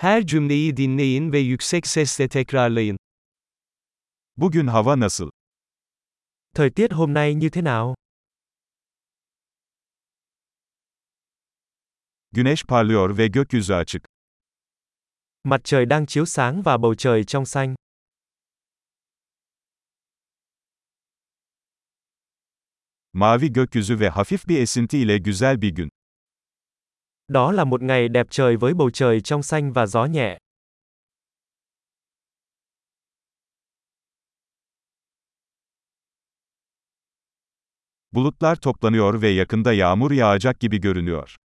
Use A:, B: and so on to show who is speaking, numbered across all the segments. A: Her cümleyi dinleyin ve yüksek sesle tekrarlayın.
B: Bugün hava nasıl?
A: Thời tiết hôm nay như thế nào?
B: Güneş parlıyor ve gökyüzü açık.
A: Mặt trời đang chiếu sáng và bầu trời trong xanh.
B: Mavi gökyüzü ve hafif bir esinti ile güzel bir gün.
A: Đó là một ngày đẹp trời với bầu trời trong xanh và gió nhẹ.
B: Bulutlar toplanıyor ve yakında yağmur yağacak gibi görünüyor.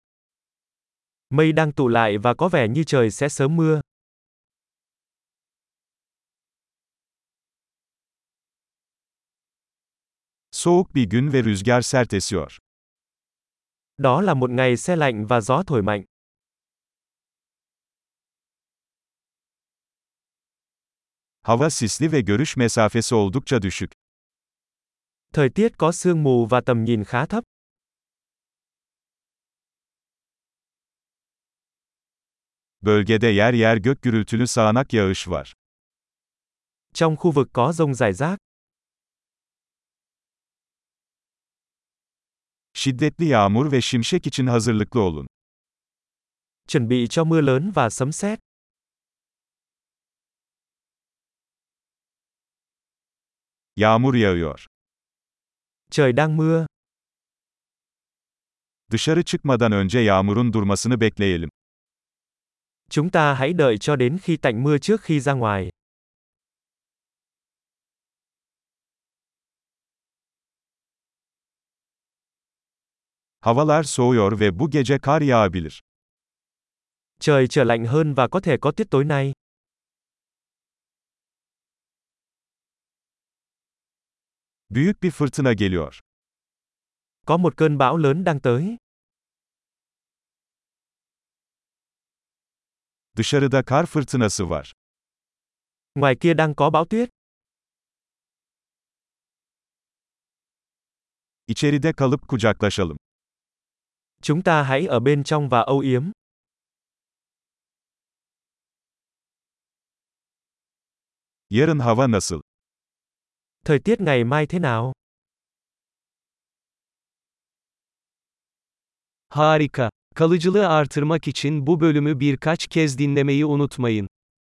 A: Mây đang tụ lại và có vẻ như trời sẽ sớm mưa.
B: Soğuk bir gün ve rüzgar sert esiyor.
A: Đó là một ngày se lạnh và gió thổi mạnh.
B: Hava sisli ve görüş mesafesi oldukça düşük.
A: Thời tiết có sương mù và tầm nhìn khá thấp.
B: Bölgede yer yer gök gürültülü sağanak yağış var.
A: Trong khu vực có rông rải rác,
B: Şiddetli yağmur ve şimşek için hazırlıklı olun.
A: chuẩn bị cho mưa lớn và sấm sét.
B: Yağmur yağıyor.
A: Trời đang mưa,
B: Dışarı çıkmadan önce yağmurun durmasını bekleyelim.
A: chúng ta hãy đợi cho đến khi tạnh mưa trước khi ra ngoài.
B: Havalar soğuyor ve bu gece kar yağabilir.
A: Trời trở lạnh hơn và có thể có tiết tối nay.
B: Büyük bir fırtına geliyor.
A: Có một cơn bão lớn đang tới.
B: Dışarıda kar fırtınası var.
A: Ngoài kia đang có bão tuyết.
B: İçeride kalıp kucaklaşalım.
A: Chúng ta hãy ở bên trong và âu yếm.
B: Yarın hava nasıl?
A: Thời tiết ngày mai thế nào? Harika. Kalıcılığı artırmak için bu bölümü birkaç kez dinlemeyi unutmayın.